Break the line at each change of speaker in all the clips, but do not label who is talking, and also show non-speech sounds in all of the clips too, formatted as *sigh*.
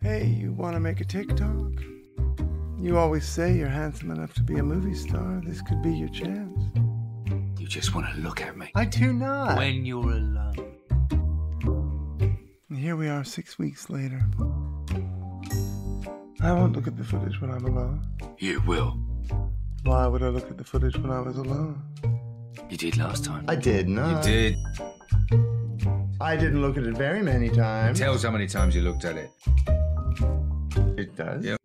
Hey, you want to make a TikTok? You always say you're handsome enough to be a movie star. This could be your chance.
You just want to look at me
I do not.
when you're alone.
And here we are six weeks later. I won't look at the footage when I'm alone.
You will.
Why would I look at the footage when I was alone?
You did last time.
I did
You
not.
did.
I didn't look at it very many times.
Tells how many times you looked at it.
It does.
Yep.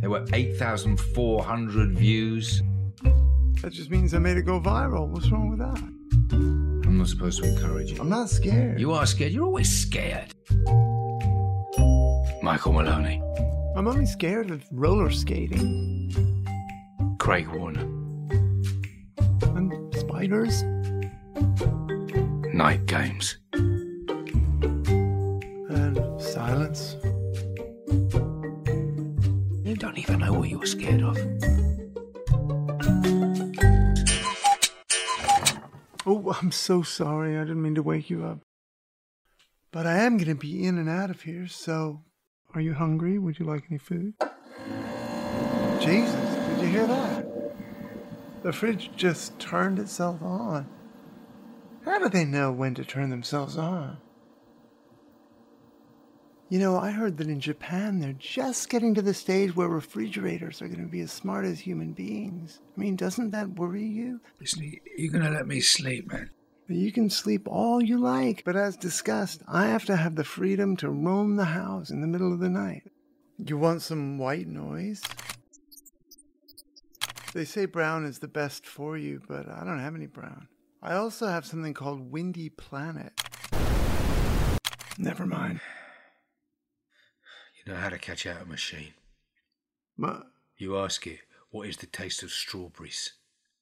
There were 8,400 views.
That just means I made it go viral. What's wrong with that?
I'm not supposed to encourage you.
I'm not scared.
You are scared. You're always scared.
Michael Maloney,
I'm only scared of roller skating
Craig Warner,
and spiders.
Night Games,
And silence.
You don't even know what you're scared of.
Oh, I'm so sorry. I didn't mean to wake you up. But I am going to be in and out of here, so are you hungry? Would you like any food? Jesus, did you hear that? The fridge just turned itself on. How do they know when to turn themselves on? You know, I heard that in Japan they're just getting to the stage where refrigerators are going to be as smart as human beings. I mean, doesn't that worry you?
Listen, you're going to let me sleep, man.
You can sleep all you like, but as discussed, I have to have the freedom to roam the house in the middle of the night. You want some white noise? They say brown is the best for you, but I don't have any brown. I also have something called Windy Planet. Never mind.
You know how to catch out a machine.
But
You ask it, what is the taste of strawberries?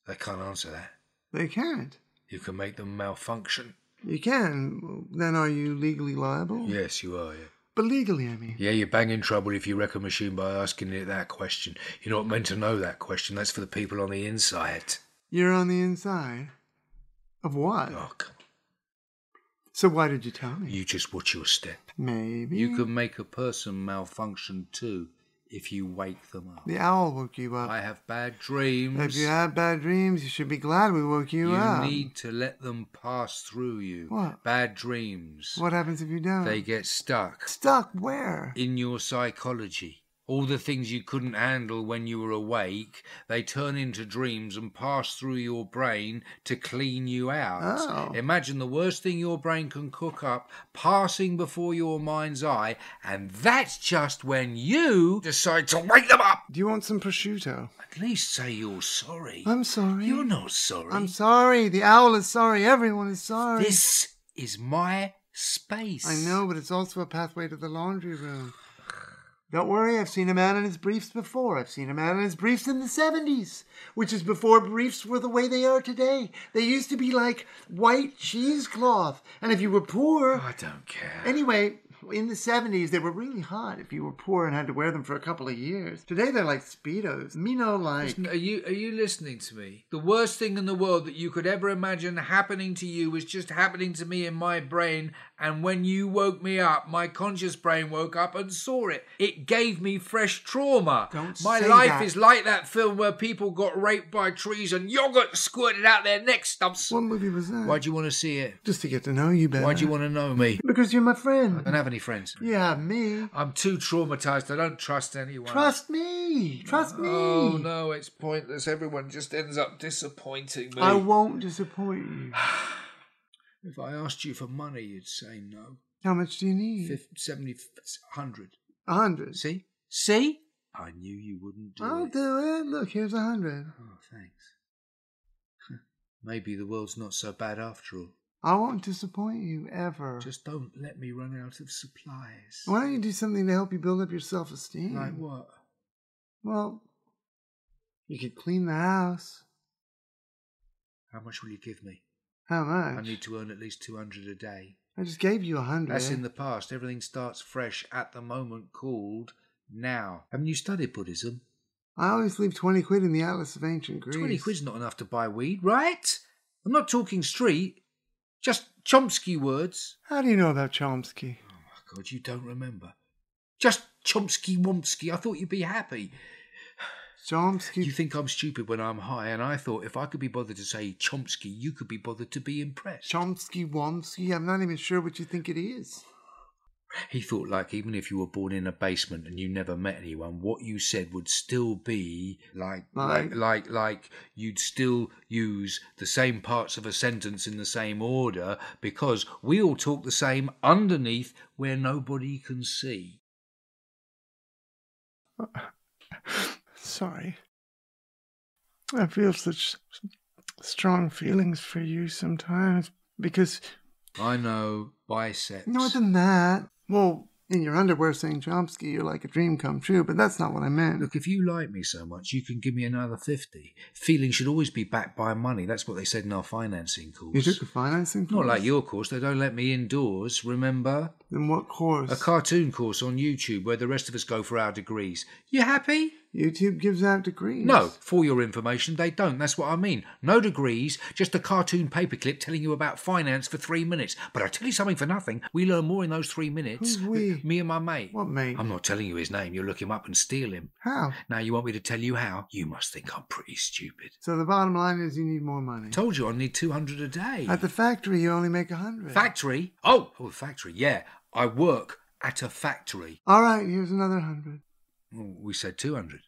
They can't answer that.
they can't.
You can make them malfunction.
You can. Then are you legally liable?
Yes, you are, yeah.
But legally, I mean.
Yeah, you're bang in trouble if you wreck a machine by asking it that question. You're not meant to know that question. That's for the people on the inside.
You're on the inside. Of what?
Oh, come on.
So why did you tell me?
You just watch your step.
Maybe.
You can make a person malfunction too if you wake them up.
The owl woke you up.
I have bad dreams.
If you have bad dreams, you should be glad we woke you,
You
up.
need to let them pass through you.
What?
Bad dreams.
What happens if you don't?
They get stuck
Stuck where?
in your psychology. All the things you couldn't handle when you were awake, they turn into dreams and pass through your brain to clean you out.
Oh.
Imagine the worst thing your brain can cook up passing before your mind's eye, and that's just when you decide to wake them up.
Do you want some prosciutto?
At least say you're sorry.
I'm sorry.
You're not sorry.
I'm sorry. The owl is sorry. Everyone is sorry.
This is my space.
I know, but it's also a pathway to the laundry room. Don't worry, I've seen a man in his briefs before. I've seen a man in his briefs in the 70s, which is before briefs were the way they are today. They used to be like white cheesecloth, and if you were poor,
I don't care.
Anyway, in the 70s, they were really hot if you were poor and had to wear them for a couple of years. Today, they're like Speedos. Me no like.
Listen, Are you are you listening to me? The worst thing in the world that you could ever imagine happening to you was just happening to me in my brain, and when you woke me up, my conscious brain woke up and saw it. It gave me fresh trauma.
Don't
my
say
life
that.
is like that film where people got raped by trees and yogurt squirted out their neck stumps.
What movie was that?
Why do you want to see it?
Just to get to know you better.
Why do you want to know me?
Because you're my
I don't
friend.
have any friends.
You have me.
I'm too traumatized. I don't trust anyone.
Trust me. Trust me.
Oh no, it's pointless. Everyone just ends up disappointing me.
I won't disappoint you.
If I asked you for money, you'd say no.
*sighs* How much do you need?
Fif- 70, 100.
A hundred.
See? See? I knew you wouldn't do
I'll
it.
do it. Look, here's a hundred.
Oh, thanks. Maybe the world's not so bad after all.
I won't disappoint you ever.
Just don't let me run out of supplies.
Why don't you do something to help you build up your self-esteem?
Like what?
Well, you could clean the house.
How much will you give me?
How much?
I need to earn at least 200 a day.
I just gave you a hundred.
That's in the past. Everything starts fresh at the moment called now. Haven't you studied Buddhism?
I always leave twenty quid in the Atlas of Ancient Greece.
20 quid's not enough to buy weed, right? I'm not talking street, just Chomsky words.
How do you know about Chomsky?
Oh my God, you don't remember. Just Chomsky Womsky. I thought you'd be happy.
Chomsky.
You think I'm stupid when I'm high, and I thought if I could be bothered to say Chomsky, you could be bothered to be impressed.
Chomsky Womsky. I'm not even sure what you think it is.
He thought, like, even if you were born in a basement and you never met anyone, what you said would still be like, like,
Like?
like, like you'd still use the same parts of a sentence in the same order because we all talk the same underneath where nobody can see.
Sorry. I feel such strong feelings for you sometimes because,
I know biceps.
No, other than that,
well,
in your underwear saying Chomsky, you're like a dream come true, but that's not what I meant.
Look, if you like me so much, you can give me another 50. Feeling should always be backed by money. That's what they said in our financing course.
You took a financing course?
Not like your course. They don't let me indoors, remember?
Then what course?
A cartoon course on YouTube where the rest of us go for our degrees. You happy?
YouTube gives out degrees.
No, for your information, they don't. That's what I mean. No degrees, just a cartoon paperclip telling you about finance for three minutes. But I tell you something for nothing. We learn more in those three minutes.
Who's we?
Me and my mate.
What mate?
I'm not telling you his name. You'll look him up and steal him.
How?
Now you want me to tell you how? You must think I'm pretty stupid.
So the bottom line is you need more money.
Told you I need 200 a day.
At the factory, you only make a hundred.
factory? Oh, oh, the factory. Yeah, I work at a factory.
All right, here's another hundred.
Well, We said 200.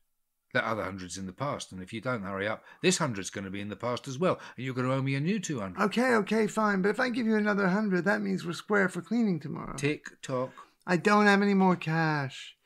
That other hundred's in the past, and if you don't hurry up, this hundred's going to be in the past as well, and you're going to owe me a new 200.
Okay, okay, fine. But if I give you another hundred, that means we're square for cleaning tomorrow.
Tick tock.
I don't have any more cash.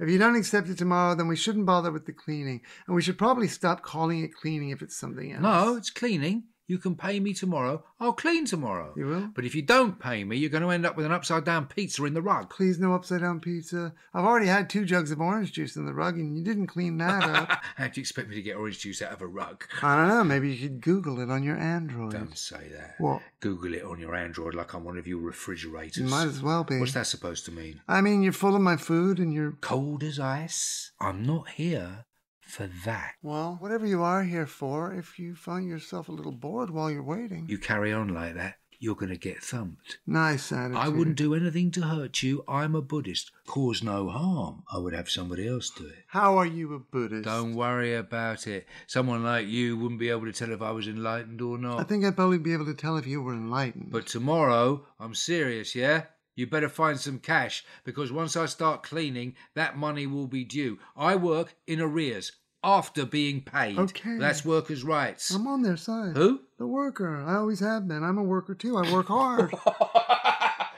If you don't accept it tomorrow, then we shouldn't bother with the cleaning, and we should probably stop calling it cleaning if it's something else.
No, it's cleaning. You can pay me tomorrow. I'll clean tomorrow.
You will?
But if you don't pay me, you're going to end up with an upside down pizza in the rug. *laughs*
Please, no upside down pizza. I've already had two jugs of orange juice in the rug, and you didn't clean that
*laughs*
up.
How do you expect me to get orange juice out of a rug?
I don't know. Maybe you could Google it on your Android.
Don't say that.
What?
Google it on your Android like I'm one of your refrigerators.
You might as well be.
What's that supposed to mean?
I mean, you're full of my food, and you're
Cold as ice. I'm not here for that.
well, whatever you are here for. If you find yourself a little bored while you're waiting,
You carry on like that, you're going to get thumped.
nice attitude.
I wouldn't do anything to hurt you. I'm a Buddhist. Cause no harm. I would have somebody else do it.
How are you a Buddhist?
Don't worry about it. Someone like you wouldn't be able to tell if I was enlightened or not.
I think I'd probably be able to tell if you were enlightened.
But tomorrow, I'm serious, yeah? You better find some cash because once I start cleaning, that money will be due. I work in arrears after being paid.
Okay.
That's workers' rights.
I'm on their side.
Who?
The worker. I always have been. I'm a worker too. I
*laughs*
work hard.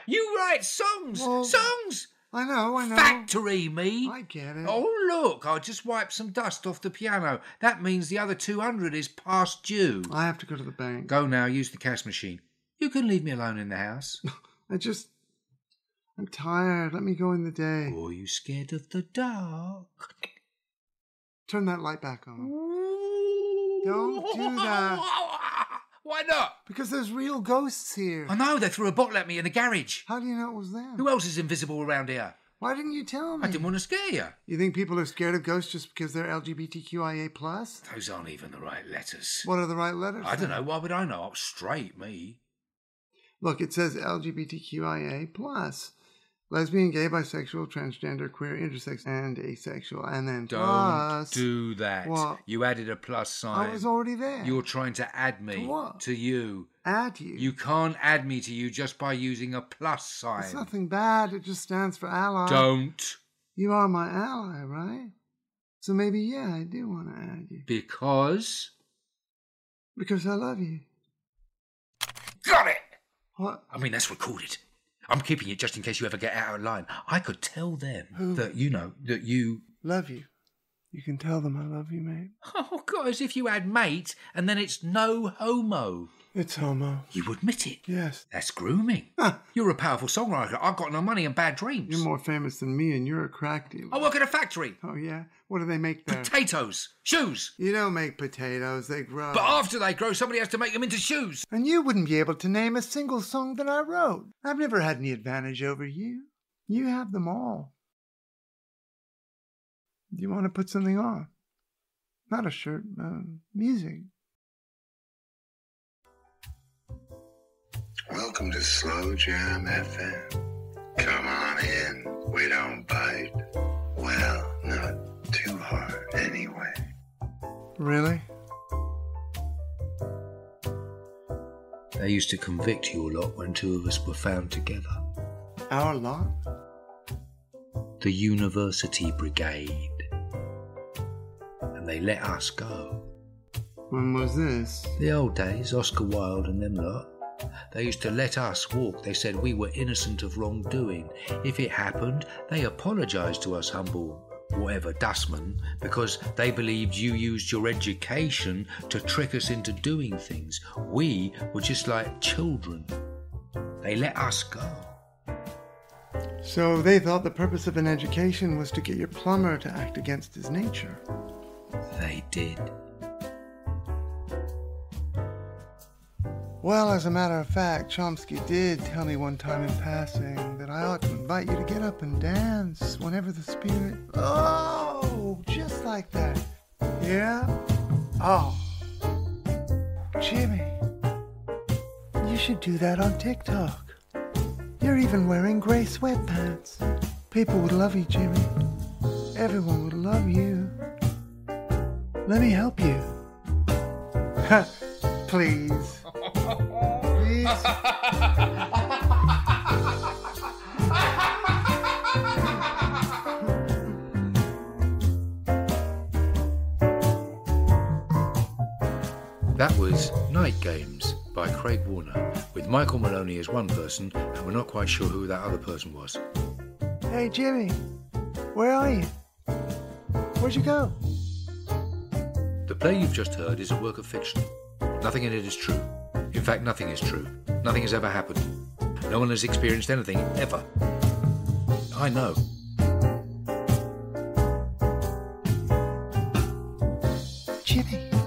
you write songs!
Well,
songs!
I know. I know.
Factory me!
I get it.
Oh, look, I just wiped some dust off the piano. That means the other 200 is past due.
I have to go to the bank.
Go now, use the cash machine. You can leave me alone in
*laughs*
the house.
I just. I'm tired. Let me go in the day.
Or are you scared of the dark?
Turn that light back on. Don't do that.
*laughs* Why not?
Because there's real ghosts here.
I know, they threw a bottle at me in the garage.
How do you know it was them?
Who else is invisible around here?
Why didn't you tell me?
I didn't want to scare you.
You think people are scared of ghosts just because they're LGBTQIA plus?
Those aren't even the right letters.
What are the right letters?
I
then?
don't know, why would I know? I'm straight, me.
Look, it says LGBTQIA plus. Lesbian, gay, bisexual, transgender, queer, intersex, and asexual, and then
Don't
plus.
do that.
What?
You added a plus sign.
I was already there.
You're trying to add me
To what?
you.
at you.
You can't add me to you just by using a plus sign.
It's nothing bad. It just stands for ally.
Don't,
You are my ally, right? So maybe yeah, I do want to add you
because
because I love you.
got it.
What?
I mean, that's recorded. I'm keeping it just in case you ever get out of line. I could tell them
Who?
that you know that you. *laughs*
Love you. You can tell them I love you, mate.
Oh God! As if you had mate, and then it's no homo.
It's homo.
You admit it.
Yes. *laughs*
That's grooming.
Huh.
You're a powerful songwriter. I've got no money and bad dreams.
You're more famous than me, and you're a crack dealer.
I work at a factory.
Oh yeah. What do they make there?
Potatoes, shoes.
you don't make potatoes. They grow.
But after they grow, somebody has to make them into shoes.
and you wouldn't be able to name a single song that I wrote. I've never had any advantage over you. You have them all. Do you want to put something on? Not a shirt. Uh, music.
Welcome to Slow Jam FM. Come on
come in. We don't bite. Well, not too hard anyway.
Really?
They used to convict you a lot when two of us were found together.
Our lot?
The University Brigade. And they let us go.
When was this?
The old days, Oscar Wilde and them lot. They used to let us walk. They said we were innocent of wrongdoing. If it happened, they apologised to us humble, whatever, dustmen, because they believed you used your education to trick us into doing things. We were just like children. They let us go.
So they thought the purpose of an education was to get your plumber to act against his nature.
They did.
Well, as a matter of fact, Chomsky did tell me one time in passing that I ought to invite you to get up and dance whenever the spirit. Oh, just like that. Yeah? Oh. Jimmy, you should do that on TikTok. You're even wearing gray sweatpants. People would love you, Jimmy. Everyone would love you. Let me help you. *laughs* Please. Please.
That was Night Games by Craig Warner, with Michael Maloney as one person, and we're not quite sure who that other person was.
*laughs* Hey, Jimmy, where are you? Where'd you go?
The play you've just heard is a work of fiction. Nothing in it is true. In fact, nothing is true. Nothing has ever happened. No one has experienced anything, ever. I know.
Jimmy.